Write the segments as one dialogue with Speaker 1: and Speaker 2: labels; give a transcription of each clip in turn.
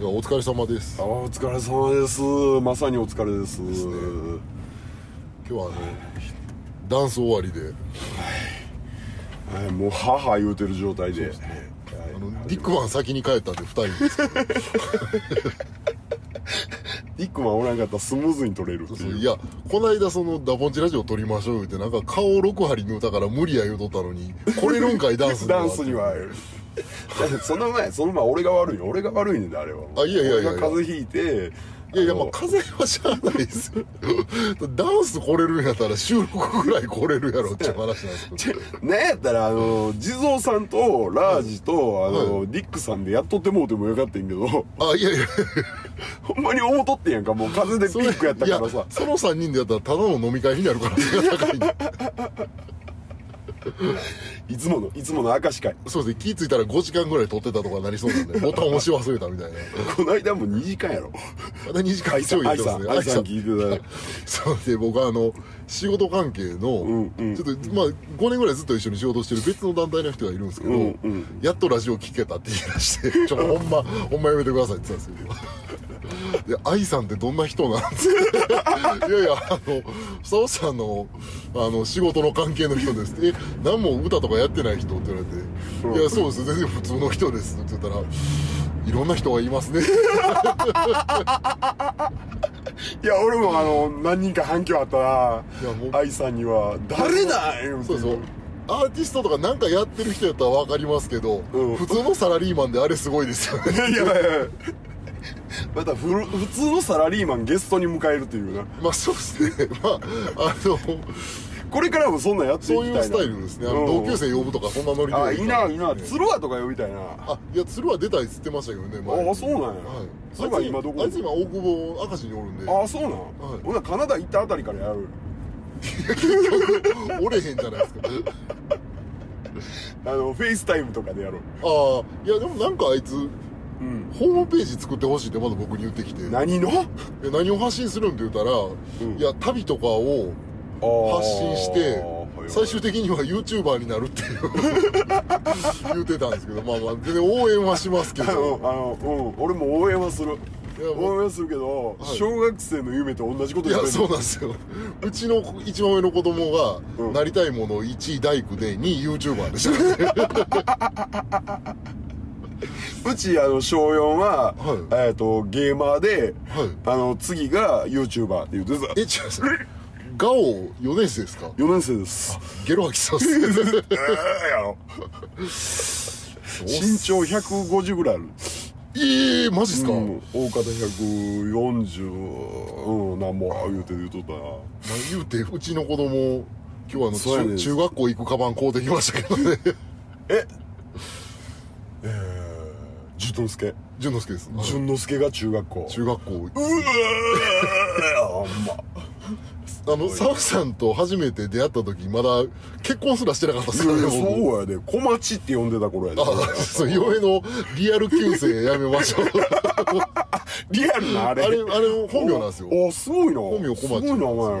Speaker 1: いやお疲れ様です
Speaker 2: あお疲れ様ですまさにお疲れです
Speaker 1: すね今日はねダンス終わりで
Speaker 2: はいもう母言うてる状態で
Speaker 1: あのディックマン先に帰ったんで2人ですけ
Speaker 2: ディックマンおらんかったらスムーズに取れるって
Speaker 1: ど
Speaker 2: いう
Speaker 1: いやこの間そのダボンチラジオ撮りましょうってなんか顔6針縫うたから無理や言うとったのにこれるんかいダンス
Speaker 2: ダンスにはその前その前俺が悪いよ俺が悪いねんだあれは
Speaker 1: あいやいやいやいや
Speaker 2: 俺が風邪ひいて
Speaker 1: いやいや
Speaker 2: あ
Speaker 1: ま
Speaker 2: の
Speaker 1: あ風邪はしゃあないですよ ダンス来れるんやったら収録ぐらい来れるやろって話なんですけど
Speaker 2: ちょなんやったらあの地蔵さんとラージとあの、ディックさんでやっとってもうてもよかったんやけど
Speaker 1: あいやいや
Speaker 2: ほんまに思うとってんやんかもう風邪でピークやったから
Speaker 1: いや
Speaker 2: さ
Speaker 1: その3人でやったらただの飲み会になるから背が高いんで
Speaker 2: いつものいつもの明石会
Speaker 1: そうですね気ぃ付いたら5時間ぐらい撮ってたとかなりそうなんでボタン押し忘れたみたいな
Speaker 2: この間も2時間やろ
Speaker 1: また2時間
Speaker 2: 愛
Speaker 1: 以
Speaker 2: さ
Speaker 1: 上
Speaker 2: ん
Speaker 1: やっ
Speaker 2: 愛
Speaker 1: てま
Speaker 2: さ
Speaker 1: すね
Speaker 2: ん愛さん聞いてた
Speaker 1: そうで僕はあの仕事関係の、
Speaker 2: んうん
Speaker 1: ちょっとまあ5年ぐらいずっと一緒に仕事してる別の団体の人がいるんですけど、
Speaker 2: うんうん
Speaker 1: やっとラジオ聞けたって言い出して「 ちょほんまほんまやめてください」って言ってたんですけどで愛さんってどんな人なんですか いやいやあの久尾さんのあの仕事の関係の人ですって「え何も歌とかやってない人?」って言われて「
Speaker 2: うん
Speaker 1: いやそうです全然普通の人です」って言ったら「いろんな人がいますね」
Speaker 2: いや俺もあの何人か反響あった
Speaker 1: いやもう
Speaker 2: な愛さんには「誰だ!」言
Speaker 1: そう
Speaker 2: て
Speaker 1: そうアーティストとかなんかやってる人やったら分かりますけど、
Speaker 2: うん
Speaker 1: 普通のサラリーマンであれすごいです よね
Speaker 2: いやいやいやまたふる普通のサラリーマンゲストに迎えるというな
Speaker 1: まあそうですね まああの
Speaker 2: これからもそんなんやっていきたい
Speaker 1: そう
Speaker 2: な
Speaker 1: いうスタイルですねあの同級生呼ぶとかそんなノリで
Speaker 2: あいいないいな
Speaker 1: ね
Speaker 2: 鶴輪とか呼びたいな
Speaker 1: あいや鶴は出たいっつってましたけどね前
Speaker 2: ああそうなんや
Speaker 1: はい、
Speaker 2: 鶴は今どこ
Speaker 1: あいつ今大久保明石におるんで
Speaker 2: ああそうなん、
Speaker 1: はい
Speaker 2: ほなカナダ行ったあたりからやる
Speaker 1: 折れへんじゃないです か
Speaker 2: あのフェイスタイムとかでやろ
Speaker 1: あ
Speaker 2: う
Speaker 1: あいやでもなんかあいつ
Speaker 2: うん
Speaker 1: ホームページ作ってほしいってまだ僕に言ってきて
Speaker 2: 何の
Speaker 1: え何を発信するんって言ったら、
Speaker 2: ん
Speaker 1: いや旅とかを
Speaker 2: 発
Speaker 1: 発信して最終的には YouTuber になるっていう 言うてたんですけどまあまあ全然応援はしますけ
Speaker 2: あの
Speaker 1: ど
Speaker 2: あの、 うん、俺も応援はする
Speaker 1: いやもう
Speaker 2: 応援はするけど、
Speaker 1: はい
Speaker 2: 小学生の夢と同じこと
Speaker 1: い
Speaker 2: やっ
Speaker 1: や
Speaker 2: てる
Speaker 1: そうなんですようちの一番上の子供が、
Speaker 2: うん
Speaker 1: なりたいものを1位大工で2位 YouTuber でした ね
Speaker 2: うちあの小4は、
Speaker 1: は
Speaker 2: えっ、とゲーマーで、
Speaker 1: はい
Speaker 2: あの次が YouTuber って言ってた
Speaker 1: え違いますガオ4年生ですか
Speaker 2: 4年生です
Speaker 1: ゲロ吐きそうっ す
Speaker 2: ええやろ身長150ぐらいある
Speaker 1: ええマジっすか、
Speaker 2: うん、大方140うんなんぼ言うて言うとったな
Speaker 1: まあ、言うてうちの子供今日
Speaker 2: そう
Speaker 1: あ
Speaker 2: や
Speaker 1: の
Speaker 2: ね
Speaker 1: 中中学校行くカバン買うてきましたけどね
Speaker 2: ええー、純之助
Speaker 1: 淳之介です、はい
Speaker 2: 純之助が中学校
Speaker 1: 中学校
Speaker 2: うわーあんま
Speaker 1: あの、サフさんと初めて出会った時、まだ結婚すらしてなかったです
Speaker 2: い
Speaker 1: か
Speaker 2: や
Speaker 1: ら
Speaker 2: い
Speaker 1: ね、
Speaker 2: や
Speaker 1: 僕。
Speaker 2: そうやで小町って呼んでた頃やで
Speaker 1: あ、そう、嫁のリアル旧姓やめましょう。
Speaker 2: リアルなあ
Speaker 1: あ
Speaker 2: れ
Speaker 1: れ、あれ、本名なんですよ。だか
Speaker 2: あすごいな
Speaker 1: 本名小町
Speaker 2: すごい名前やなへえ
Speaker 1: ら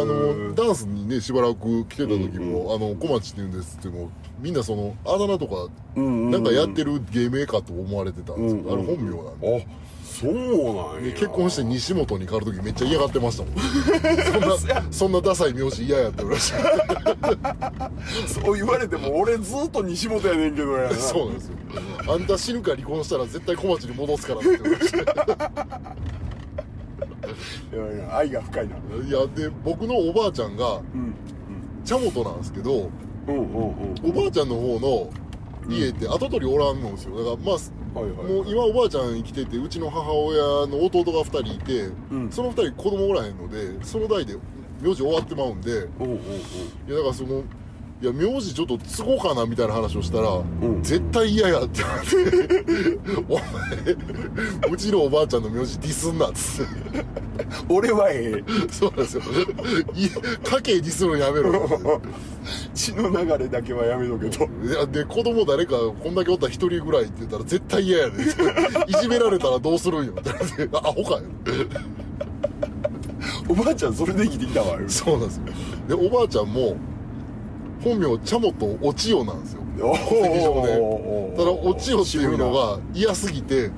Speaker 1: あの、ダンスにね、しばらく来てた時も、あの、小町って言うんですっても、みんなその、あだ名とか、
Speaker 2: うん
Speaker 1: なんかやってる芸名かと思われてたんです
Speaker 2: うん
Speaker 1: よ。あれ本名なんで。
Speaker 2: あそうなんや
Speaker 1: 結婚して西本に変わる時めっちゃ嫌がってましたも ん。そんな、そんなダサい名字嫌やって言われました。
Speaker 2: そう言われても俺ずっと西本やねんけどやな
Speaker 1: そうなんですよあんた死ぬか離婚したら絶対小町に戻すからって言われました
Speaker 2: いやいや愛が深いない
Speaker 1: やで僕のおばあちゃんが
Speaker 2: うん
Speaker 1: 茶本なんですけど
Speaker 2: うんうんうん
Speaker 1: おばあちゃんの方の家って跡取りおらんのですよだからまあ、
Speaker 2: はいはい
Speaker 1: もう今おばあちゃん生きててうちの母親の弟が2人いて、
Speaker 2: ん
Speaker 1: その2人子供おらへんのでその代で名字終わってまうんで
Speaker 2: うんうんうん
Speaker 1: いやだからそのいや名字ちょっと継ごうかなみたいな話をしたら、
Speaker 2: ん
Speaker 1: 絶対嫌やって 言われてお前うちのおばあちゃんの名字ディスんなっつって。
Speaker 2: 俺はええ
Speaker 1: そうなんですよ。い家計にするのやめろ。
Speaker 2: 血の流れだけはやめとけ と
Speaker 1: いやで、子供誰か、こんだけおったら一人ぐらいって言ったら絶対嫌や で。いじめられたらどうするんよ。って言われてアホかよ。
Speaker 2: おばあちゃんそれで生きてきたわよ
Speaker 1: そうなんですよ。で、おばあちゃんも、本名、チャモとお千代なんですよ。
Speaker 2: おー
Speaker 1: 席上
Speaker 2: おーおー
Speaker 1: で。ただ、お千代っていうのが嫌すぎて、
Speaker 2: うん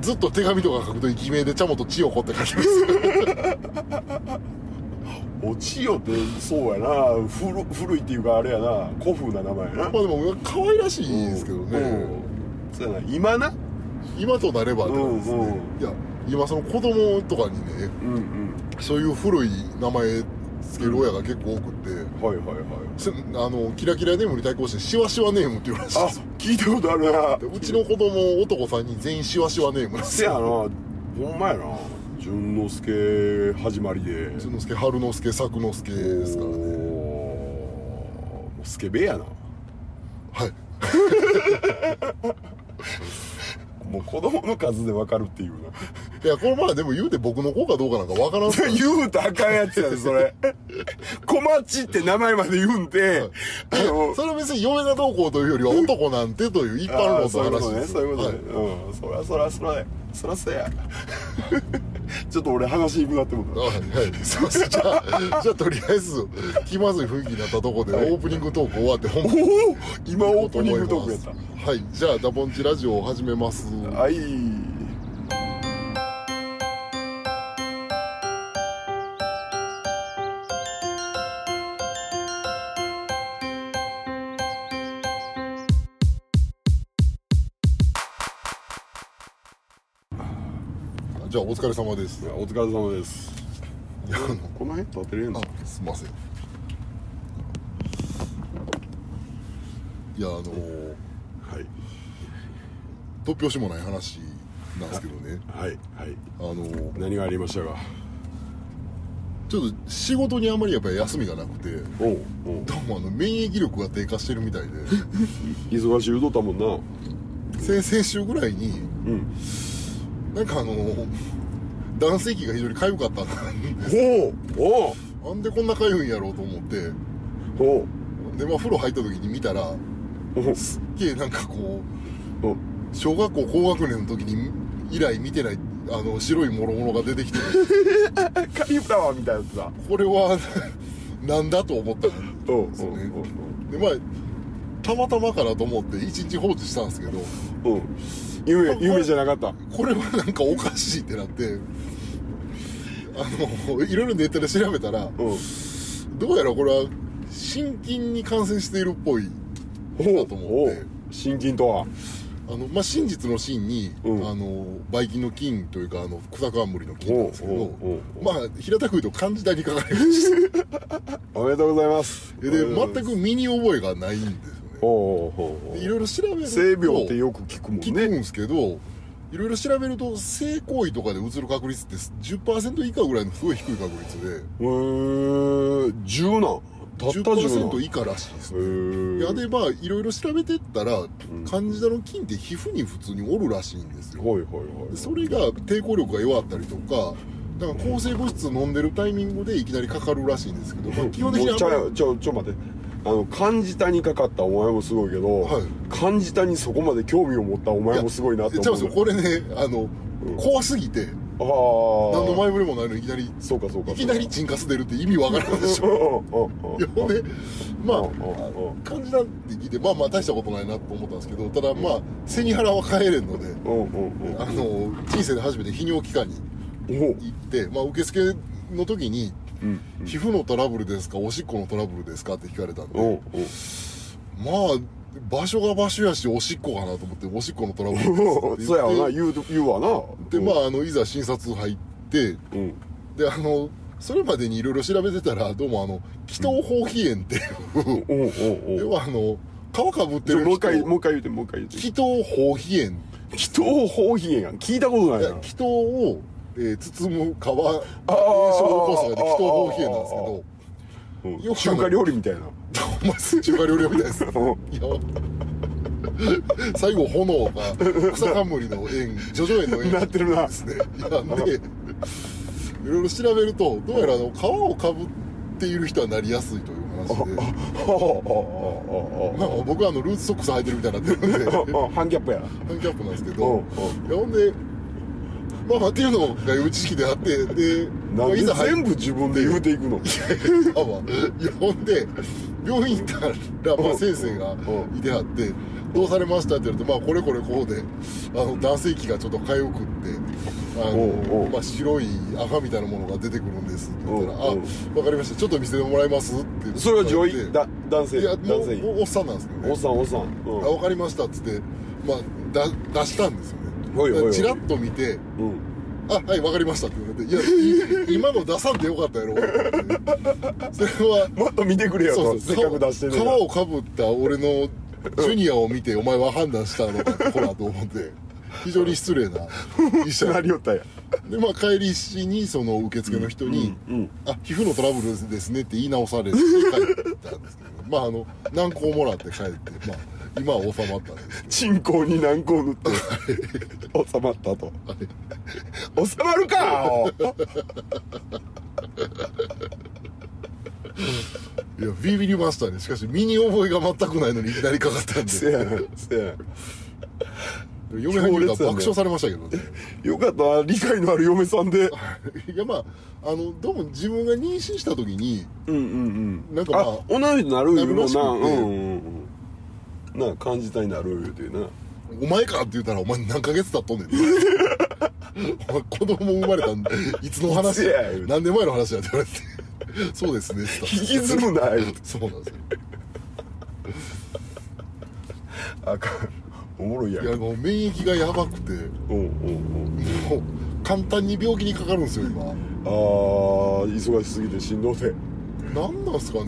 Speaker 1: ずっと手紙とか書くと偽名で「茶本千代子」って書き ます
Speaker 2: おちよってそうやな古古いっていうかあれやな古風な名前やな
Speaker 1: まあでも可愛らしいですけどね、
Speaker 2: うんそうやな今な
Speaker 1: 今となればってことですね、
Speaker 2: うんうん
Speaker 1: いや今その子供とかにね
Speaker 2: うんうん
Speaker 1: そういう古い名前つける親が結構多くって、
Speaker 2: はいはいはい
Speaker 1: せあのキラキラネームに対抗してシワシワネームって言われて
Speaker 2: あ
Speaker 1: たんですよ
Speaker 2: 聞いたことあるな
Speaker 1: でうちの子供男3人全員シワシワネームなんです
Speaker 2: せやなほんまやな淳之介始まりで
Speaker 1: 淳之介春之介作之介ですからね
Speaker 2: おースケベやな
Speaker 1: はい
Speaker 2: もう子供の数で分かるっていうな
Speaker 1: いやこれまだでも言うて僕の子かどうかなんかわからんすから
Speaker 2: 言うたらあかんやつやでそれ小町って名前まで言うんて、あの
Speaker 1: それは別に嫁がどうこうというよりは男なんてという一般論の
Speaker 2: そういうこと
Speaker 1: 話
Speaker 2: ね
Speaker 1: です
Speaker 2: そういうことね、
Speaker 1: は
Speaker 2: うんそりゃそりゃそりゃそりゃそうや ちょっと俺話しにくくなってもうた
Speaker 1: はいはい、すいませんじゃあじ ゃあとりあえず気まずい雰囲気になったとこでオープニングトーク終わって本
Speaker 2: お
Speaker 1: 番
Speaker 2: お今オープニングトークやった
Speaker 1: はいじゃあダボンチラジオを始めます
Speaker 2: はい
Speaker 1: じゃあお疲れ様です
Speaker 2: お疲れ様です
Speaker 1: いやあの
Speaker 2: この辺立てれんの
Speaker 1: あすいませんいやあの
Speaker 2: はい
Speaker 1: 突拍子もない話なんですけどね
Speaker 2: はいはい
Speaker 1: あの
Speaker 2: 何がありましたか
Speaker 1: ちょっと仕事にあまりやっぱり休みがなくて
Speaker 2: おうおう
Speaker 1: どうもあの免疫力が低下してるみたいで
Speaker 2: 忙しい言うとったもんな
Speaker 1: 先々週ぐらいに
Speaker 2: うん
Speaker 1: なんかあの男性器が非常に痒かったな
Speaker 2: おお
Speaker 1: なんでこんな痒いんやろうと思って
Speaker 2: おお
Speaker 1: でまあ風呂入った時に見たら
Speaker 2: お
Speaker 1: すっげえなんかこう
Speaker 2: お
Speaker 1: 小学校高学年の時に以来見てないあの白いもろもろが出てきて
Speaker 2: カリフラワーみたいなやつだ
Speaker 1: これは なんだと思った
Speaker 2: おおお
Speaker 1: そうねでまあたまたまかなと思って一日放置したんですけど
Speaker 2: おお夢夢じゃなかった
Speaker 1: これはなんかおかしいってなってあのいろいろネットで調べたら
Speaker 2: うん
Speaker 1: どうやらこれは心筋に感染しているっぽいなと思って
Speaker 2: 心筋とは
Speaker 1: あの、まあ、真実の真に、
Speaker 2: うん
Speaker 1: あのばい菌の菌というかあの草冠の菌なんですけ
Speaker 2: おう
Speaker 1: ど
Speaker 2: おうおう
Speaker 1: まあ平たく言うと漢字台に書かれてまして
Speaker 2: おめでとうございます
Speaker 1: で全く身に覚えがないんですよね
Speaker 2: おおおお
Speaker 1: でいろいろ調べると
Speaker 2: 性病ってよく聞くもん
Speaker 1: 聞くん
Speaker 2: ね
Speaker 1: ですけど、いろいろ調べると性行為とかでうつる確率って10%以下ぐらいのすごい低い確率で
Speaker 2: へえ10なんたった10
Speaker 1: 10%
Speaker 2: なんへ
Speaker 1: 以下らしいですね
Speaker 2: え
Speaker 1: いやでまあいろいろ調べてったら、
Speaker 2: ん
Speaker 1: 患者の菌って皮膚に普通におるらしいんですよ
Speaker 2: はいはいはい
Speaker 1: でそれが抵抗力が弱ったりとかなんか抗生物質飲んでるタイミングでいきなりかかるらしいんですけど、まあ基本的に
Speaker 2: もう
Speaker 1: あ
Speaker 2: ち
Speaker 1: んま
Speaker 2: ょちょちょ待ってあの漢字谷にかかったお前もすごいけど、
Speaker 1: はい
Speaker 2: 漢字谷にそこまで興味を持ったお前もすごいなって
Speaker 1: りちゃう
Speaker 2: 思
Speaker 1: ん
Speaker 2: う
Speaker 1: ですよこれねあの、
Speaker 2: ん
Speaker 1: 怖すぎて何の
Speaker 2: ああ
Speaker 1: 前触れもないのにいきなり
Speaker 2: そうかそうか
Speaker 1: いきなりチンカス出るって意味わからんで しょ
Speaker 2: ょ
Speaker 1: いやほんでまあ
Speaker 2: うんうん
Speaker 1: 感じなんて聞いてまあまあ大したことないなと思ったんですけどただまあ背に腹は帰れんので
Speaker 2: うんうん
Speaker 1: あの人生で初めて泌尿器科に
Speaker 2: うんお
Speaker 1: 行
Speaker 2: う
Speaker 1: って、まあ、受付の時に
Speaker 2: うん
Speaker 1: 「皮膚のトラブルですかおしっこのトラブルですか?」って聞かれたんで
Speaker 2: おうおう
Speaker 1: まあ場所が場所やしおしっこかなと思って「おしっこのトラブルです」って言って
Speaker 2: そうやわな言うと言うわな
Speaker 1: でまああのいざ診察入って
Speaker 2: うん
Speaker 1: であのそれまでにいろいろ調べてたらどうもあの気頭包皮炎っていう
Speaker 2: おうおうおう
Speaker 1: 要はあの皮かぶって
Speaker 2: ちょ
Speaker 1: る
Speaker 2: もう一回も
Speaker 1: 人
Speaker 2: う一回言うてもう一回言うて
Speaker 1: 気頭包皮炎
Speaker 2: 気頭包皮炎やん聞いたことない
Speaker 1: いや
Speaker 2: な
Speaker 1: 気筒を、えー包む皮炎症
Speaker 2: あー
Speaker 1: の交差がで気筒包皮炎なんですけど
Speaker 2: うん
Speaker 1: よく
Speaker 2: 中華料理みたいな
Speaker 1: お前中華料理屋みたいですいや
Speaker 2: うん
Speaker 1: 最後炎が草冠の縁叙々苑の縁
Speaker 2: なってるな
Speaker 1: ですねいやでいろいろ調べるとどうやらあの皮をかぶっている人はなりやすいという話で
Speaker 2: ああああああ
Speaker 1: まあ僕はあのルーズソックス履いてるみたいになってるん でハ
Speaker 2: ああハンキャップやな
Speaker 1: ンキャップなんですけ
Speaker 2: お
Speaker 1: ど
Speaker 2: うおう
Speaker 1: いやほんでまあまあっていうのがいう知識であってで、ま
Speaker 2: な
Speaker 1: あ
Speaker 2: んで
Speaker 1: 入っ
Speaker 2: 全部自分で言うていく
Speaker 1: あま
Speaker 2: の
Speaker 1: あいやほんで病院行ったら、まあ、先生がいてはって「どうされました?」って言われて「まあこれこれこうであの男性器がちょっとかゆくってあ
Speaker 2: おうお
Speaker 1: の
Speaker 2: う
Speaker 1: まあ、白い赤みたいなものが出てくるんです」って言ったら「あ
Speaker 2: おうおう
Speaker 1: わかりましたちょっと見せてもらいます」って
Speaker 2: それは女
Speaker 1: 言
Speaker 2: 医
Speaker 1: わ
Speaker 2: だ男
Speaker 1: れて
Speaker 2: 性
Speaker 1: いやも
Speaker 2: 男
Speaker 1: う
Speaker 2: 性
Speaker 1: もうおっさんなんですけど
Speaker 2: おっ
Speaker 1: ね
Speaker 2: さんおっさん、
Speaker 1: 「
Speaker 2: う
Speaker 1: あ
Speaker 2: ん
Speaker 1: わかりました」っつって、まあ、だ出したんですよね
Speaker 2: おいおいおい
Speaker 1: チラッと見て
Speaker 2: うん、
Speaker 1: あはいわかりましたって言われて「いやい今の出さんでよかったやろ」それは
Speaker 2: もっと見てくれよ
Speaker 1: そ
Speaker 2: と
Speaker 1: う
Speaker 2: せ
Speaker 1: そう
Speaker 2: っかく出してる
Speaker 1: 皮をかぶった俺のジュニアを見てお前は判断したのかほらと思 って非常に失礼な医者
Speaker 2: なりよったんや
Speaker 1: でまあ帰りしにその受付の人に「
Speaker 2: うんうん
Speaker 1: あ皮膚のトラブルですね」って言い直されて帰ったんですけどまああの軟膏もらって帰ってまあ今は収まったんです
Speaker 2: チンコに軟膏塗って収まったと
Speaker 1: けど
Speaker 2: 収まるかお
Speaker 1: いやビビりましたねしかし身に覚えが全くないのにいきなりかかったん
Speaker 2: せ
Speaker 1: で
Speaker 2: やなせやな
Speaker 1: 嫁はんに言うたら
Speaker 2: 強烈やね
Speaker 1: 爆笑されましたけどね
Speaker 2: よかったな理解のある嫁さんで
Speaker 1: いやまああのどうも自分が妊娠した時に
Speaker 2: うんうん
Speaker 1: なんかまあ
Speaker 2: あ女の人になる
Speaker 1: な
Speaker 2: よ
Speaker 1: るらしくて
Speaker 2: なうんうんうんな感じたいになる言うてな
Speaker 1: お前かって言ったら、お前何ヶ月経っとんねんって。お前子供生まれたんいつの
Speaker 2: い
Speaker 1: 話
Speaker 2: つや言うて
Speaker 1: 何年前の話やって言われて。そうですね、って言った
Speaker 2: 引きずるな言うて
Speaker 1: そうなんです
Speaker 2: あかんおもろいやん
Speaker 1: よ。いや、もう免疫がやばくて、
Speaker 2: うんうん
Speaker 1: もう簡単に病気にかかるんですよ、今。
Speaker 2: うんあー忙しすぎてしんどいて
Speaker 1: 何なんすかね。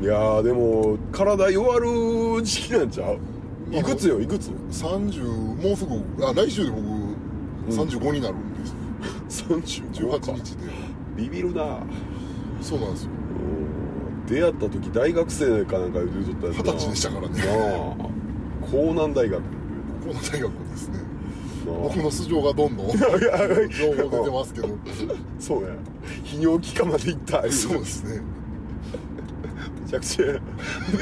Speaker 2: いやーでも体弱る時期なんちゃう
Speaker 1: まあ
Speaker 2: いくつよいくつ
Speaker 1: 30、もうすぐ、あ、来週で僕、35になるんです。
Speaker 2: ?35
Speaker 1: 18
Speaker 2: か
Speaker 1: 日で。
Speaker 2: ビビるな
Speaker 1: そうなんですよ。
Speaker 2: うん出会った時大学生かなんか言うてとったやつな
Speaker 1: 二十歳でしたからね
Speaker 2: なあ江南大学
Speaker 1: この大学ですね。
Speaker 2: なあ
Speaker 1: 僕の素性がどんどん情報出てますけど。
Speaker 2: そうや泌尿器科まで行った言うて
Speaker 1: そうですね。
Speaker 2: めちゃくちゃや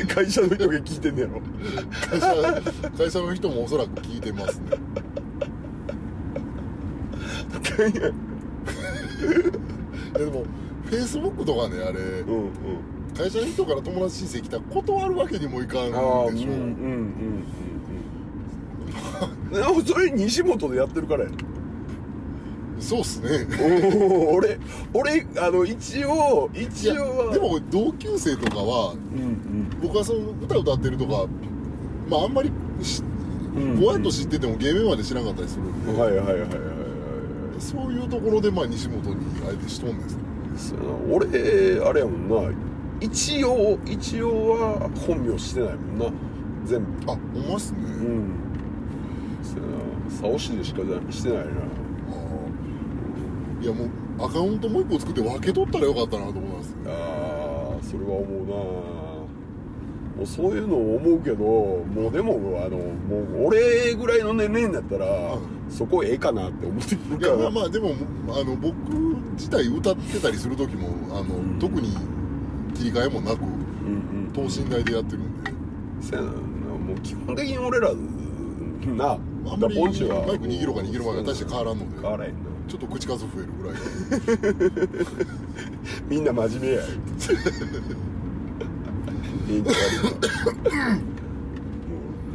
Speaker 2: で会社の人が聞いてんねやろ
Speaker 1: 会社 会社の人もおそらく聞いてますねいやでもフェイスブックとかねあれ
Speaker 2: うんうん
Speaker 1: 会社の人から友達申請来たら断るわけにもいかんで
Speaker 2: ああうんうん
Speaker 1: し
Speaker 2: う
Speaker 1: ょ、
Speaker 2: んうんでもそれ西本でやってるからや
Speaker 1: そうっすね
Speaker 2: おお俺俺あの一応一応は
Speaker 1: でも同級生とかは
Speaker 2: うん
Speaker 1: 僕はその歌歌ってるとかまああんまりし
Speaker 2: うん
Speaker 1: ぼやっと知ってても芸名まで知らなかったりするん
Speaker 2: う
Speaker 1: で、
Speaker 2: んはいはいはいはいはいはい
Speaker 1: そういうところでまあ西本にあえてしとんです
Speaker 2: そうやな俺あれやもんな一応一応は本名してないもんな全部
Speaker 1: あほんまっすね、
Speaker 2: うんそうやなサオシでしかじゃしてないな
Speaker 1: ああいやもうアカウントもう一個作って分け取ったらよかったなと思いますね
Speaker 2: あーそれは思うなもうそういうのを思うけどもうでもあのもう俺ぐらいの年齢になったら、
Speaker 1: ん
Speaker 2: そこええかなって思ってくる
Speaker 1: い
Speaker 2: か
Speaker 1: や
Speaker 2: ら
Speaker 1: まあまあでもあの僕自体歌ってたりする時もあの、
Speaker 2: ん
Speaker 1: 特に切り替えもなく
Speaker 2: うんうん
Speaker 1: 等身大でやってるんで
Speaker 2: せやなもう基本的に俺らなあ
Speaker 1: あんまりマイク握ろうか握る
Speaker 2: る
Speaker 1: 前が大して変わらんので
Speaker 2: 変わらへんな
Speaker 1: ちょっと口数増えるぐらいで
Speaker 2: みんな真面目や元気悪いなも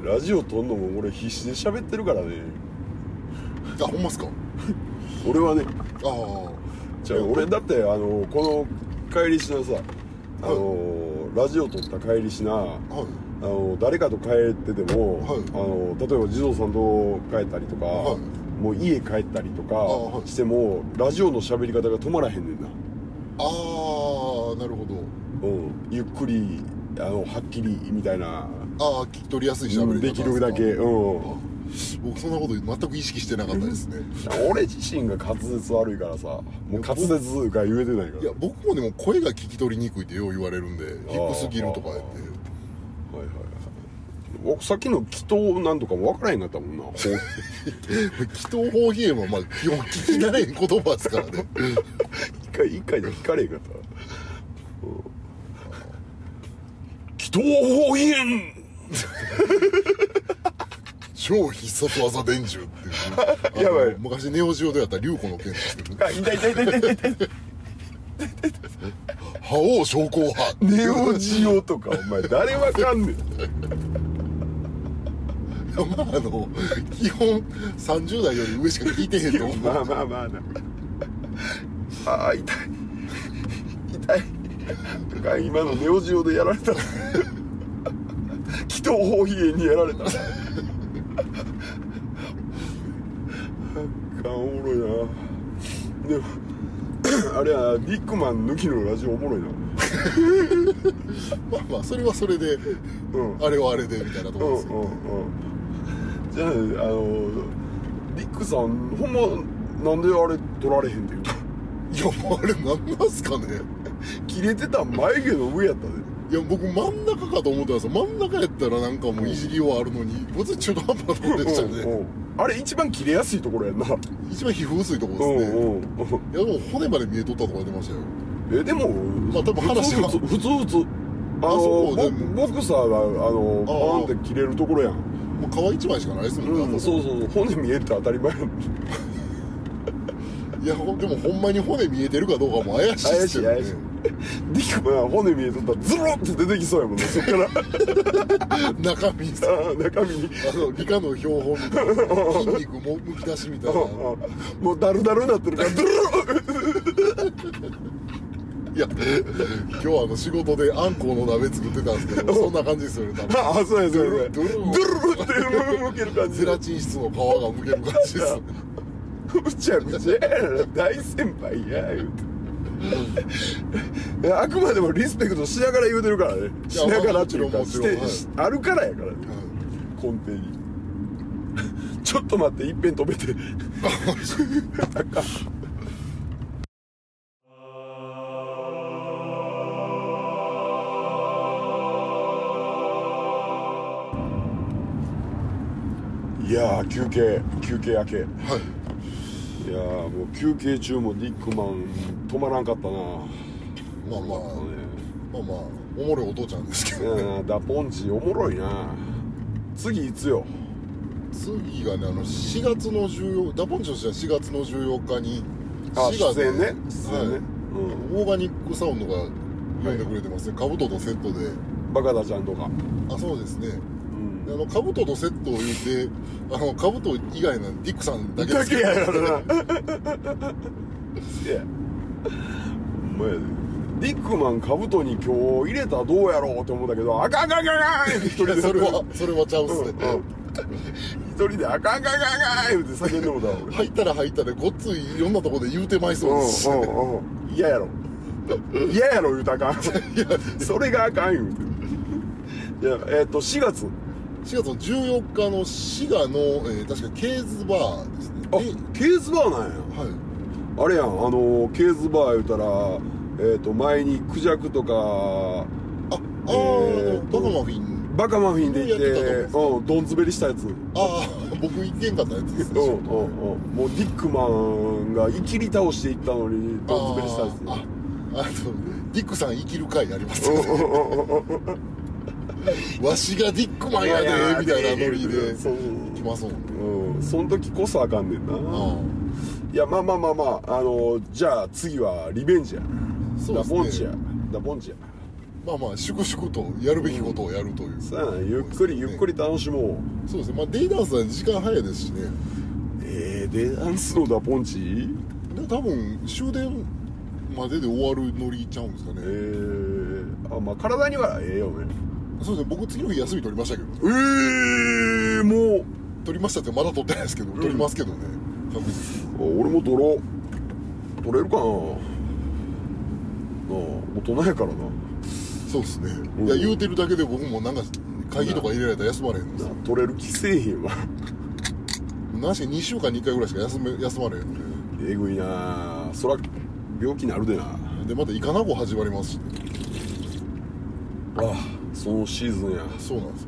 Speaker 2: うラジオ撮んのも俺必死で喋ってるからね
Speaker 1: あほんまっすか
Speaker 2: 俺はね
Speaker 1: ああ
Speaker 2: じゃあ俺だってあのこの帰りしなさあの、ラジオ撮った帰りしな
Speaker 1: はい
Speaker 2: あの誰かと帰ってても、
Speaker 1: はい
Speaker 2: あの例えば児童さんと帰ったりとか、
Speaker 1: はい
Speaker 2: もう家帰ったりと
Speaker 1: あは
Speaker 2: か
Speaker 1: い
Speaker 2: しても、ラジオの喋り方が止まらへんねんな、
Speaker 1: ああなるほど
Speaker 2: うん、ゆっくりあのはっきりみたいな
Speaker 1: ああ聞き取りやすい喋り方
Speaker 2: できるだけ、うん、
Speaker 1: 僕そんなこと全く意識してなかったですね
Speaker 2: 俺自身が滑舌悪いからさもう滑舌が言えてないから
Speaker 1: いや僕もでも声が聞き取りにくいってよう言われるんで
Speaker 2: あー
Speaker 1: 低すぎるとか言って
Speaker 2: はいはいはい僕さっきの祈祷なんとかも分からへんかったもんなほう
Speaker 1: 祈祷方比喩はまあ基本聞き慣れん言葉ですからね
Speaker 2: 一回一回で聞かれへんかった祈祷方言
Speaker 1: 超必殺技伝授っていうね
Speaker 2: やばい
Speaker 1: あの昔 ネオジオでやった竜子の剣ですけどね
Speaker 2: あ痛い痛い痛い痛い痛い
Speaker 1: は覇王証拠派
Speaker 2: ネオジオとかお前誰わかんねん
Speaker 1: まああの基本30代より上しか聞いてへんと思う
Speaker 2: まあまあまあなああ痛い痛いなんか今のネオジオでやられた気頭包皮炎にやられたなんかおもろいなでもあれやビッグマン抜きのラジオおもろいな
Speaker 1: まあまあそれはそれで
Speaker 2: うん
Speaker 1: あれはあれでみたいなとこ
Speaker 2: う
Speaker 1: ろ
Speaker 2: ん
Speaker 1: ですよ、
Speaker 2: うんうんじゃああのリックさんほんまなんであれ取られへんって言うた
Speaker 1: いやもうあれなんなんすかね
Speaker 2: 切れてた眉毛の上やった
Speaker 1: い
Speaker 2: で
Speaker 1: や僕真ん中かと思ったんですよ真ん中やったらなんかもういじりはあるのに別に中途半端なところでしたよ
Speaker 2: うん
Speaker 1: ね
Speaker 2: うんあれ一番切れやすいところやんな
Speaker 1: 一番皮膚薄いところですね
Speaker 2: んうん
Speaker 1: いやでも骨まで見えとったとか言ってましたよ
Speaker 2: えでも
Speaker 1: まあ多分話は
Speaker 2: 普通普通普通あの
Speaker 1: そうで
Speaker 2: ボ
Speaker 1: も
Speaker 2: ボクサーがあの
Speaker 1: あ
Speaker 2: バ
Speaker 1: あ
Speaker 2: ーンって切れるところやん
Speaker 1: もう皮一枚しかないですもんね、
Speaker 2: うんそうそうそう骨見えるって当たり前やん
Speaker 1: いやほんでもほんまに骨見えてるかどうかも怪しいっ
Speaker 2: 怪し
Speaker 1: す
Speaker 2: い
Speaker 1: よね
Speaker 2: 怪しいディックマン骨見えとったらズロって出てきそうやもんねそっから
Speaker 1: 中身さ
Speaker 2: ああ中身に
Speaker 1: あの理科の標本みたいな筋肉もむき出しみたいな
Speaker 2: もうダルダルになってるからドゥルル
Speaker 1: いや今日はあの仕事であんこうの鍋作ってたんですけどそんな感じですよね多分
Speaker 2: ああそうやそうやそうや
Speaker 1: ド
Speaker 2: ド
Speaker 1: ゥル
Speaker 2: ゥ
Speaker 1: ル
Speaker 2: ルルって向ける感じ
Speaker 1: ゼラチン質の皮がむける感 じですね
Speaker 2: むちゃむちゃやな大先輩や言うていやあくまでもリスペクトしながら言うてるからね
Speaker 1: いや
Speaker 2: しながらっていう
Speaker 1: も
Speaker 2: か
Speaker 1: ち
Speaker 2: し
Speaker 1: ろんもちろん
Speaker 2: てしあるからやからね根底に ちょっと待っていっぺん止めて いやー休憩休憩明け
Speaker 1: はい
Speaker 2: いやーもう休憩中もディックマン止まらんかったな
Speaker 1: まあまあまあまあおもろいお父ちゃんですけ
Speaker 2: い
Speaker 1: ど
Speaker 2: やーダポンチおもろいな次いつよ
Speaker 1: 次がねあの4月の14ダポンチとしては4月の14日に
Speaker 2: あ
Speaker 1: 滋賀
Speaker 2: 出
Speaker 1: で
Speaker 2: 演ね出演ね、
Speaker 1: はいオーガニックサウンドが呼んでくれてますね、カブトとセットで
Speaker 2: うんバカダちゃんとか、
Speaker 1: あそうですね
Speaker 2: うん
Speaker 1: あのカブトとセットを言うてあのカブト以外のディックさんだけで
Speaker 2: だ
Speaker 1: す
Speaker 2: け
Speaker 1: けど
Speaker 2: やからなすげえお前ディックマンカブトに今日入れたらどうやろうって思ったけどあかんあかんあかんあかんって一人
Speaker 1: いや
Speaker 2: で
Speaker 1: それはそれはちゃうっすね、
Speaker 2: うんうん一人であかんあかんあかんあかん言うて叫んでもうたわ俺
Speaker 1: 入ったら入ったでごっついいろんなとこで言うてまいそうですし、
Speaker 2: うんうんうん嫌やろ嫌やろ言うたらあかん それがあかん言うていやえっ、と4月
Speaker 1: 4月の14日の滋賀の、えー確かケーズバーですね
Speaker 2: あ
Speaker 1: で
Speaker 2: ケーズバーなんや
Speaker 1: はい
Speaker 2: あれやんあのケーズバー言うたらえっ、と前にクジャクとか
Speaker 1: ああー、
Speaker 2: えー
Speaker 1: バカマフィン
Speaker 2: バカマフィンで行って
Speaker 1: やってた
Speaker 2: うんどんずべりしたやつ
Speaker 1: ああ僕行けんかったやつです
Speaker 2: う
Speaker 1: ね
Speaker 2: んうんうんもうディックマンがいきり倒していったのに
Speaker 1: あ
Speaker 2: どんずべりしたやつ
Speaker 1: ーああとディックさん生きる回あります
Speaker 2: う
Speaker 1: よね
Speaker 2: んうん うんうんうん
Speaker 1: わしがディックマンやでみたいなノリで
Speaker 2: そう
Speaker 1: 来ますもんね
Speaker 2: うんその時こそあかんねんな
Speaker 1: あ
Speaker 2: いやまあまあまあまああのじゃあ次はリベンジや
Speaker 1: ーそう
Speaker 2: ダボン
Speaker 1: で
Speaker 2: チ
Speaker 1: す
Speaker 2: や
Speaker 1: ね
Speaker 2: ダボンチや
Speaker 1: まあまあ粛々とやるべきことをやるという
Speaker 2: さあゆっくりゆっくり楽しもう
Speaker 1: そうですねまあデイダンスは時間早いですしね
Speaker 2: えー、デダンスのダボンチ
Speaker 1: で多分終電までで終わるノリちゃうんですかね
Speaker 2: えー、あまあ体にはええよね
Speaker 1: そうですね僕次の日休み取りましたけど
Speaker 2: えー、もう
Speaker 1: 取りましたってまだ取ってないですけど取りますけどね確実に
Speaker 2: あ俺も取ろう取れるかななあ大人やからな
Speaker 1: そうですね
Speaker 2: うん
Speaker 1: いや言うてるだけで僕もなんか会議とか入れられたら休まれへんんですよ
Speaker 2: 取れる気せえへんわ
Speaker 1: 何し2週間に1回ぐらいしか休め休まれへんの
Speaker 2: えぐいなそら病気なるでな
Speaker 1: ででまたイカナゴ始まりますしね
Speaker 2: あそのシーズンや
Speaker 1: そうなんですよ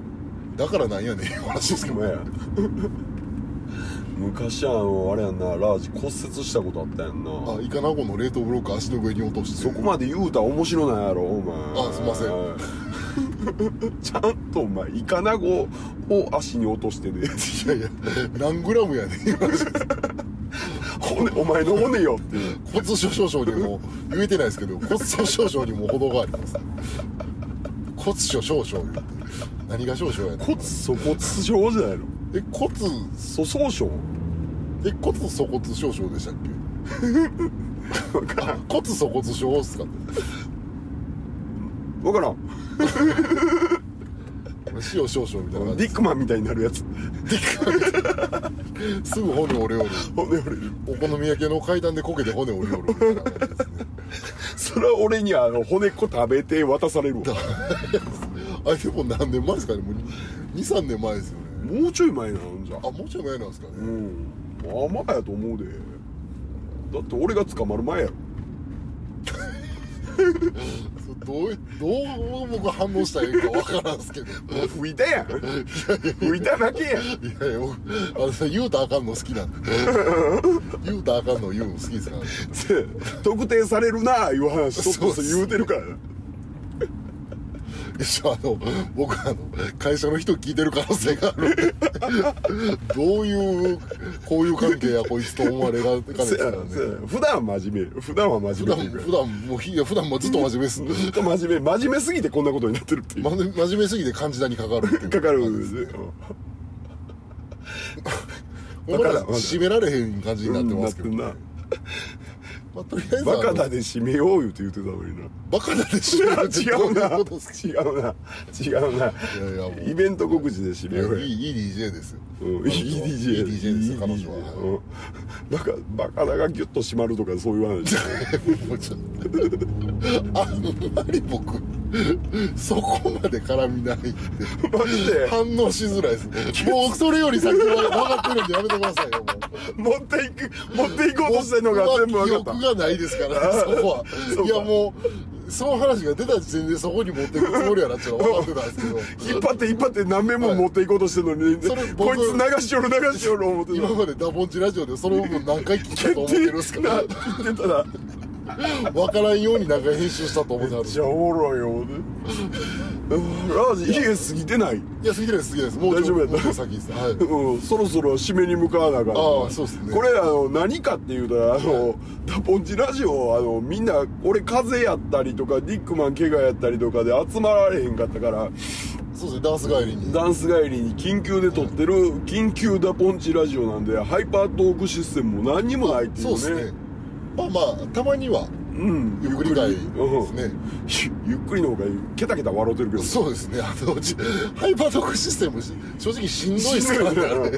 Speaker 1: だからなんやねんいう話ですけど
Speaker 2: お前や 昔あのあれやんなラージ骨折したことあったやんな
Speaker 1: あイカナゴの冷凍ブロック足の上に落として
Speaker 2: そこまで言うたら面白ないやろお前
Speaker 1: あすいま
Speaker 2: せん ちゃんとお前イカナゴを足に落として
Speaker 1: い
Speaker 2: ね
Speaker 1: やいや何グラムやねんいう話
Speaker 2: 骨お前の骨よっていう
Speaker 1: 骨粗鬆症にも言えてないですけど骨粗鬆症にも程があります骨粗鬆症言うて何が少々やねん
Speaker 2: 骨粗骨症じゃないの
Speaker 1: え骨
Speaker 2: 粗相症
Speaker 1: え骨粗骨少々でしたっけ
Speaker 2: 分からん
Speaker 1: 骨粗骨症っすか
Speaker 2: 分からん
Speaker 1: 塩少々みたいな感じ
Speaker 2: ディックマンみたいになるやつ
Speaker 1: すぐ骨折れ折る
Speaker 2: 骨折れる
Speaker 1: お好み焼きの階段でこけて骨折れ折るみたいな感じですね
Speaker 2: それは俺にあの骨っこ食べて渡されるわ
Speaker 1: あれでも何年前ですかねもう23年前ですよね
Speaker 2: もうちょい前なんじゃ
Speaker 1: あもうちょい前なんですか
Speaker 2: う
Speaker 1: ね
Speaker 2: んまあまあやと思うでだって俺が捕まる前やろ
Speaker 1: そうどうどう僕反応したらいいかわからんすけど
Speaker 2: 浮いたやん浮いただけやん
Speaker 1: いやいや僕あのそれ言うたらあかんの好きなんで言うたらあかんの言うの好きですから、ね、
Speaker 2: せ特定されるなあいう話ちょっと言うてるからな
Speaker 1: 一応あの僕あの会社の人聞いてる可能性があるんで どういうこういう関係やこいつと思われがかねです
Speaker 2: せ
Speaker 1: か
Speaker 2: や
Speaker 1: らね
Speaker 2: せや普段は真面目普段は真
Speaker 1: 普
Speaker 2: 面
Speaker 1: 段
Speaker 2: 目っていう
Speaker 1: 普
Speaker 2: か
Speaker 1: 段もういや普段もずっと真面目です
Speaker 2: ずっと真面目真面目すぎてこんなことになってるっていう
Speaker 1: ま真面目すぎて漢字田にかかるっていう
Speaker 2: か かるんですね
Speaker 1: ほんまだ締められへん感じになってますけど、ね
Speaker 2: なってん
Speaker 1: まあ、とりあえず
Speaker 2: なバカ
Speaker 1: あ
Speaker 2: だ
Speaker 1: の
Speaker 2: で締めよう言うて言うてたのにな
Speaker 1: バカだで締めるって
Speaker 2: 違
Speaker 1: どう
Speaker 2: う
Speaker 1: いう
Speaker 2: な
Speaker 1: ことですか
Speaker 2: 違うな違うない
Speaker 1: やいやもう
Speaker 2: イベント告知で締
Speaker 1: い
Speaker 2: めよう
Speaker 1: い
Speaker 2: や
Speaker 1: いい DJ ですよ、
Speaker 2: うんいい DJ
Speaker 1: いい DJ ですよ彼女ははい
Speaker 2: うんバカバカだがギュッと締まるとかそうい う話
Speaker 1: もうちょっと あんまり僕そこまで絡みないんで
Speaker 2: マジで
Speaker 1: 反応しづらいですもうそれより先は分かってるんでやめてくださいよ
Speaker 2: 持っていく持っていこう
Speaker 1: も
Speaker 2: と
Speaker 1: う
Speaker 2: してるのが全部
Speaker 1: 僕は
Speaker 2: 分
Speaker 1: 記
Speaker 2: かっ
Speaker 1: 憶
Speaker 2: た
Speaker 1: がないですからそこ
Speaker 2: そう
Speaker 1: は
Speaker 2: か
Speaker 1: いやもうその話が出た時点でそこに持っていくつもりやなってのは分かってたんですけど
Speaker 2: 引っ張って引っ張って何面も持っていこうとしてるのに、
Speaker 1: それ僕
Speaker 2: こいつ流しよる流しよる思って
Speaker 1: 今までダボンチラジオでその部分何回聞いたと思ってるんです
Speaker 2: な
Speaker 1: か
Speaker 2: 聞いてたら
Speaker 1: 分からんように何回編集したと思ってはる
Speaker 2: じゃあおもろいよ思ってラジ家過ぎてない
Speaker 1: いや過ぎてないです過ぎてないですもうちょ
Speaker 2: 大丈夫や
Speaker 1: もうち
Speaker 2: った
Speaker 1: ょっと先ですはい
Speaker 2: うん、そろそろ締めに向かわなあかん
Speaker 1: ああそうっすね
Speaker 2: これあの何かっていうとあのダポンチラジオあのみんな俺風邪やったりとかディックマン怪我やったりとかで集まられへんかったから
Speaker 1: そうですねダンス帰りに
Speaker 2: ダンス帰りに緊急で撮ってる緊急ダポンチラジオなんでハイパートークシステムも何にもないっていう
Speaker 1: そ
Speaker 2: ね
Speaker 1: うですねまあまあたまには
Speaker 2: うん
Speaker 1: ゆっくり会
Speaker 2: うん
Speaker 1: ですね
Speaker 2: ゆっくりの方がケタケタ笑うてるけど
Speaker 1: そうですねあのちハイパートークシステムし正直 しんどいですからね
Speaker 2: うん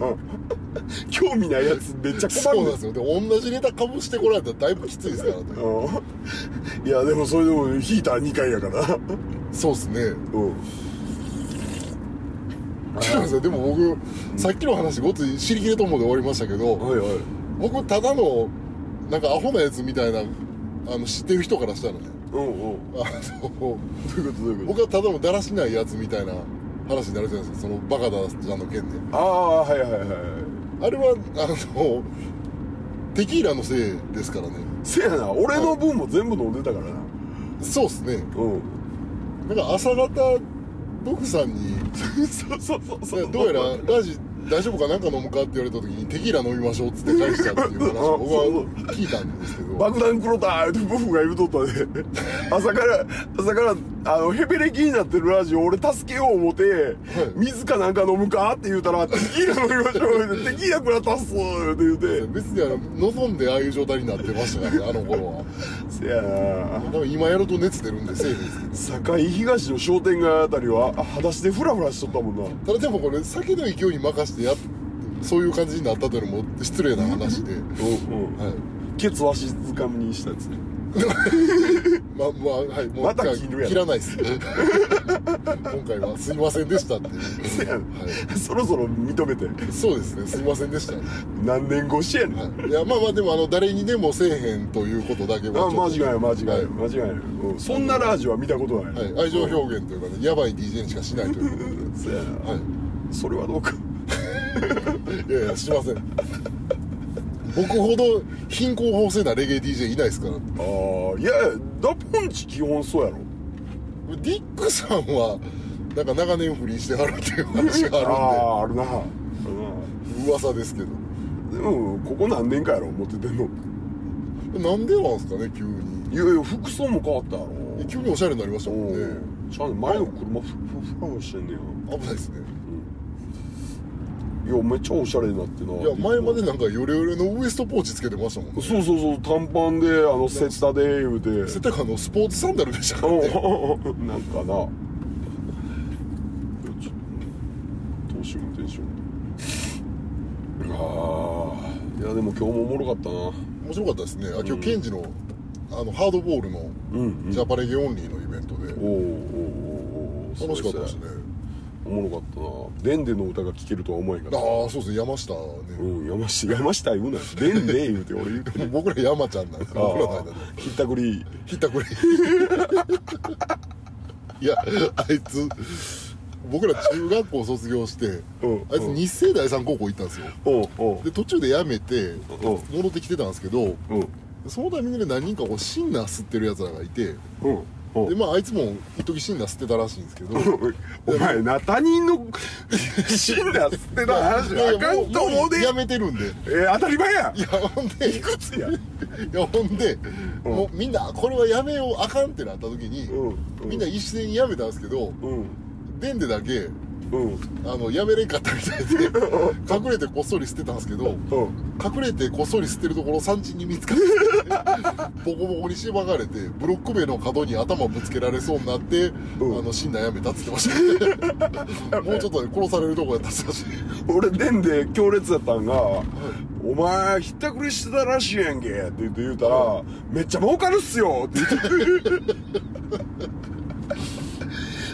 Speaker 2: 興味ないやつめっちゃ困
Speaker 1: そう
Speaker 2: る
Speaker 1: んなん
Speaker 2: だ
Speaker 1: ですよで同じネタかぶしてこられたらだいぶきついですからね
Speaker 2: うんいやでもそれでもヒーター2回やから
Speaker 1: そうですね
Speaker 2: うん
Speaker 1: 違うんですよでも僕さっきの話ごつい尻切れともで終わりましたけど
Speaker 2: はいはい
Speaker 1: 僕ただのなんかアホなやつみたいなあの知ってる人からしたらね
Speaker 2: うんうん
Speaker 1: あの
Speaker 2: どういうことどういうこと
Speaker 1: 僕はただのだらしないやつみたいな話になるじゃないですかそのバカだじゃんの件で
Speaker 2: ああはいはいはい
Speaker 1: あれはあのテキーラのせいですからね
Speaker 2: せやな俺の分も全部飲んでたからな
Speaker 1: そうっすね
Speaker 2: うん
Speaker 1: なんか朝方ドクさんに
Speaker 2: そうそうそう
Speaker 1: い
Speaker 2: そ
Speaker 1: や
Speaker 2: う
Speaker 1: どうやらラジ大丈夫かなんか飲むかって言われた時にテキーラ飲みましょうっつって返しちゃうっていう話を僕は聞いたんですけど
Speaker 2: 爆弾黒だーってブフが言うとったで 朝から朝からあのヘベレキになってるラジオ俺助けよう思て、水かなんか飲むかって言うたら「テキーラ飲みましょう」って「テキーラくら足す」って言うて
Speaker 1: 別にあの望んでああいう状態になってましたからねあの頃は
Speaker 2: せやな
Speaker 1: 多分今やると熱出るんでセーフですけど
Speaker 2: 堺東の商店街あたりはあ裸足でフラフラしとったもんな
Speaker 1: ただでもこれ酒の勢いに任せてやっそういう感じになったというのも失礼な話で、はい、
Speaker 2: うんうんケツ足つかみにしたやつね
Speaker 1: まあまあはいもう
Speaker 2: また切るやん
Speaker 1: 切らないです今回はすいませんでしたっていう
Speaker 2: せやな
Speaker 1: は
Speaker 2: そろそろ認めて
Speaker 1: そうですねすいませんでした
Speaker 2: 何年越しやねん
Speaker 1: はいいやまあまあでもあの誰にでもせえへんということだけは
Speaker 2: あ間違い
Speaker 1: ちょっ
Speaker 2: ない間違いない
Speaker 1: はい
Speaker 2: 間違いないうんそんなラジオは見たことない、
Speaker 1: とはい、愛情表現というかねやばい DJ にしかしないというこ
Speaker 2: そや
Speaker 1: とで、は
Speaker 2: それはどうか
Speaker 1: い、いやいやしません僕ほど貧困法制なレゲエ DJ いないですから
Speaker 2: ああいやダポンチ基本そうやろ
Speaker 1: ディックさんはなんか長年不倫してはるっていう話
Speaker 2: あ
Speaker 1: があ
Speaker 2: あーあるなある
Speaker 1: るんで噂ですけど
Speaker 2: なでもここ何年かやろ思っててんの
Speaker 1: なんでなんですかね急に
Speaker 2: いやいや服装も変わったやろ
Speaker 1: え急におしゃれになりましたもんね
Speaker 2: うんちゃんと前の車フフフラフラしてんねや
Speaker 1: 危ないですね
Speaker 2: いやめっちゃおしゃれになってない
Speaker 1: いや前までなんかヨレヨレのウエストポーチつけてましたもんね
Speaker 2: そうそうそう短パンであのセッタで言うて
Speaker 1: せたかのスポーツサンダルでしたからね
Speaker 2: うんなんかなちょっとどうしよう運転しようああいやでも今日もおもろかったな
Speaker 1: 面白かったですねあ今日ケンジのあのハードボールの
Speaker 2: うん
Speaker 1: ジャパレゲオンリーのイベントで
Speaker 2: おーおーおーおー
Speaker 1: 楽しかったですね
Speaker 2: おもろかったなでんでんの歌が聴けるとは思えんかっ
Speaker 1: あ
Speaker 2: た
Speaker 1: あーそうですね山下ね
Speaker 2: うん山下山下言うなでんでん言うて俺言うて
Speaker 1: でも僕ら山ちゃんなんです
Speaker 2: あ
Speaker 1: 僕らの間で
Speaker 2: あひったくり
Speaker 1: ひったくり いやあいつ僕ら中学校卒業して
Speaker 2: うん
Speaker 1: あいつ日生第三高校行ったんですよ
Speaker 2: おうおう
Speaker 1: で途中で辞めて
Speaker 2: おう
Speaker 1: 戻ってきてたんですけど
Speaker 2: うん
Speaker 1: そのタイミングで何人かこうシンナー吸ってるやつらがいて
Speaker 2: うんお
Speaker 1: で
Speaker 2: う
Speaker 1: まああいつも一時シンナー吸ってたらしいんですけ ど
Speaker 2: お前な他人の死んだっつってた話あかんと思うで
Speaker 1: やめてるんで
Speaker 2: えー当たり前や
Speaker 1: いやほんでいくつやいやほんで、
Speaker 2: うん
Speaker 1: もうみんなこれはやめようあかんってなった時に、
Speaker 2: うんうん
Speaker 1: みんな一斉にやめたんですけど
Speaker 2: うん
Speaker 1: でんでだけ
Speaker 2: うん
Speaker 1: あのやめれんかったみたい で隠れてこっそり捨てたんですけど
Speaker 2: うん
Speaker 1: 隠れてこっそり捨てるところ山地に見つかってボコボコにしばかれてブロック塀の角に頭ぶつけられそうになって、
Speaker 2: うん
Speaker 1: あの死んだやめたっつってました もうちょっとで殺されるとこやったっつってました
Speaker 2: 俺でんで強烈やったんが「お前ひったくりしてたらしいやんけ」って言って言うたら「めっちゃ儲かるっすよ」って言って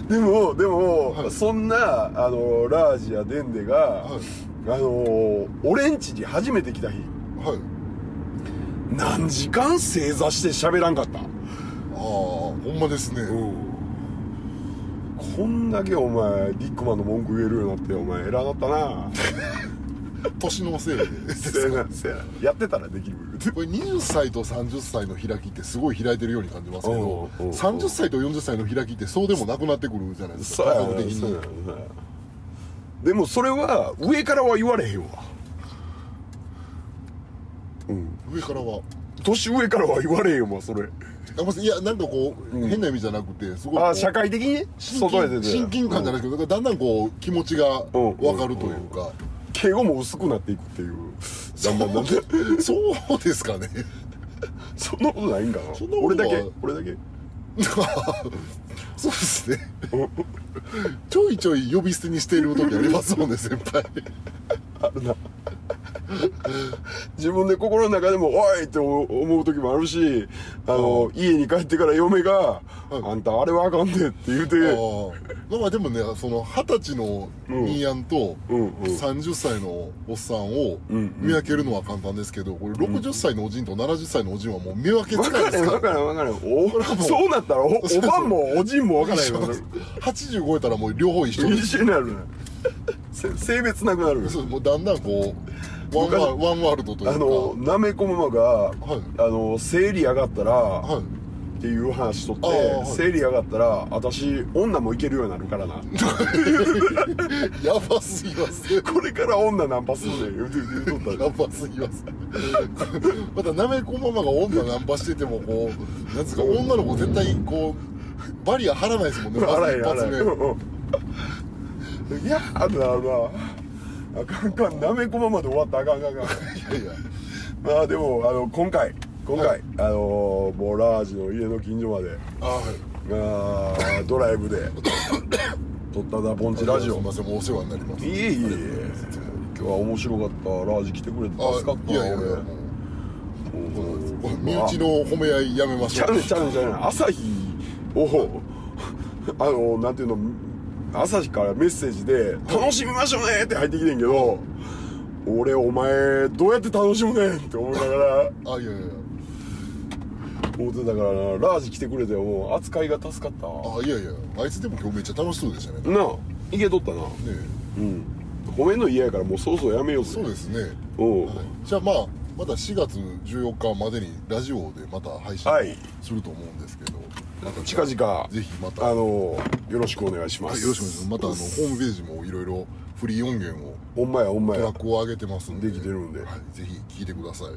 Speaker 2: でもでも、
Speaker 1: はい
Speaker 2: そんなあのラージやデンデが、
Speaker 1: はい
Speaker 2: あの俺んちに初めて来た日
Speaker 1: はい
Speaker 2: 何時間正座して喋らんかった
Speaker 1: ああほんまですね、
Speaker 2: こんだけお前リックマンの文句言えるようになってお前偉なったな
Speaker 1: 年のせいで
Speaker 2: せやなせやなやってたらできる
Speaker 1: これ20歳と30歳の開きってすごい開いてるように感じますけ
Speaker 2: おう
Speaker 1: ど
Speaker 2: おうおう
Speaker 1: 30歳と40歳の開きってそうでもなくなってくるじゃないです
Speaker 2: そう
Speaker 1: か
Speaker 2: や
Speaker 1: 感
Speaker 2: な
Speaker 1: 覚的
Speaker 2: そう
Speaker 1: に
Speaker 2: やなでもそれは上からは言われへんわうん
Speaker 1: 上からは
Speaker 2: 年上からは言われへんわそれ
Speaker 1: あまあいやなんかこう、変な意味じゃなくてすごいこう
Speaker 2: あ社会的にね
Speaker 1: 親
Speaker 2: 外へ
Speaker 1: 近
Speaker 2: 出て
Speaker 1: 親近感じゃないですけど、だからだんだんこう気持ちが
Speaker 2: うん
Speaker 1: 分かるというか、
Speaker 2: 敬語も薄くなっていくっていうだんだんだんだん
Speaker 1: そうですかね
Speaker 2: そんなことないんかな
Speaker 1: そんなことは
Speaker 2: 俺だけ俺だけ
Speaker 1: そうですねちょいちょい呼び捨てにしている時ありますもんね先輩
Speaker 2: あるな自分で心の中でも「おい!」って思う時もあるしあの、家に帰ってから嫁が「あんたあれはあかんで」って言うて
Speaker 1: ああまあでもねその二十歳のミーヤンと
Speaker 2: うんうん
Speaker 1: 30歳のおっさんを
Speaker 2: うん
Speaker 1: 見分けるのは簡単ですけどこれ60歳のおじんと70歳のおじんはもう見分けつ
Speaker 2: 分
Speaker 1: かない
Speaker 2: か
Speaker 1: で
Speaker 2: れへん
Speaker 1: す
Speaker 2: 分
Speaker 1: か
Speaker 2: かられへん分からへんおそうなったらおおばんもおじんも分からへんよ
Speaker 1: 80超えたらもう両方一緒です
Speaker 2: 一緒になるなせ性別なくなる
Speaker 1: そうもうだんだんこうワンワワンワールドという
Speaker 2: あ
Speaker 1: か
Speaker 2: のなめこママが、あの生理上がったら、
Speaker 1: はい
Speaker 2: っていう話しとって、
Speaker 1: ああはい
Speaker 2: 生理上がったら私女もいけるようになるから な
Speaker 1: やばすぎます
Speaker 2: これから女ナンパすんねん言うて言うとった
Speaker 1: やばすぎますまたなめこママが女ナンパしててもこうなんですか女の子絶対こうバリア張らないですも んね
Speaker 2: あ
Speaker 1: ま
Speaker 2: ら
Speaker 1: ず
Speaker 2: へん
Speaker 1: 一
Speaker 2: あら
Speaker 1: 発
Speaker 2: へん
Speaker 1: 目
Speaker 2: うんいやあるなあるなあかんかんなめこままで終わったあかんあかんあか
Speaker 1: い
Speaker 2: ん
Speaker 1: やいや
Speaker 2: まあでもあの今回今回、あのーボラージの家の近所まで
Speaker 1: あはい
Speaker 2: あードライブで撮ったダポンチラジ
Speaker 1: す
Speaker 2: オ
Speaker 1: いませんもうお世話になります
Speaker 2: いえいえいえ今日は面白かったラージ来てくれて助かった
Speaker 1: い
Speaker 2: な
Speaker 1: やいやいや
Speaker 2: 俺
Speaker 1: も
Speaker 2: もう
Speaker 1: う身内の褒め合いやめま
Speaker 2: ち
Speaker 1: し
Speaker 2: ゃ
Speaker 1: ょ
Speaker 2: う
Speaker 1: う
Speaker 2: ねんちゃうねんちゃうねん朝日を あのなんていうの朝日からメッセージで「楽しみましょうね」って入ってきてんけど俺お前どうやって楽しむねんって思いながら
Speaker 1: あいやいやいや
Speaker 2: 思ってたからなラージ来てくれてもう扱いが助かったな
Speaker 1: あいやいやあいつでも今日めっちゃ楽しそうでしたねね
Speaker 2: あいけとったな
Speaker 1: え
Speaker 2: うん褒めんの嫌やからもうそうそうやめよう
Speaker 1: そうですね
Speaker 2: うん
Speaker 1: じゃあまあまた4月14日までにラジオでまた配信
Speaker 2: はい
Speaker 1: すると思うんですけど、また
Speaker 2: 近々
Speaker 1: ぜひまた
Speaker 2: あのよろしくお願いしま
Speaker 1: はい
Speaker 2: す
Speaker 1: よろしくお願いしますまたあのホームページもいろいろフリー音源を
Speaker 2: ほんまやほんま
Speaker 1: ト
Speaker 2: や
Speaker 1: ラ
Speaker 2: は
Speaker 1: ックを上げてますんで
Speaker 2: できてるんで
Speaker 1: はい、ぜひ聞いてくださいよ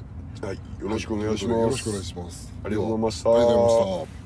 Speaker 2: いよろしくお願いします
Speaker 1: よろしくお願いします
Speaker 2: ありがとうございました
Speaker 1: ではありがとうございました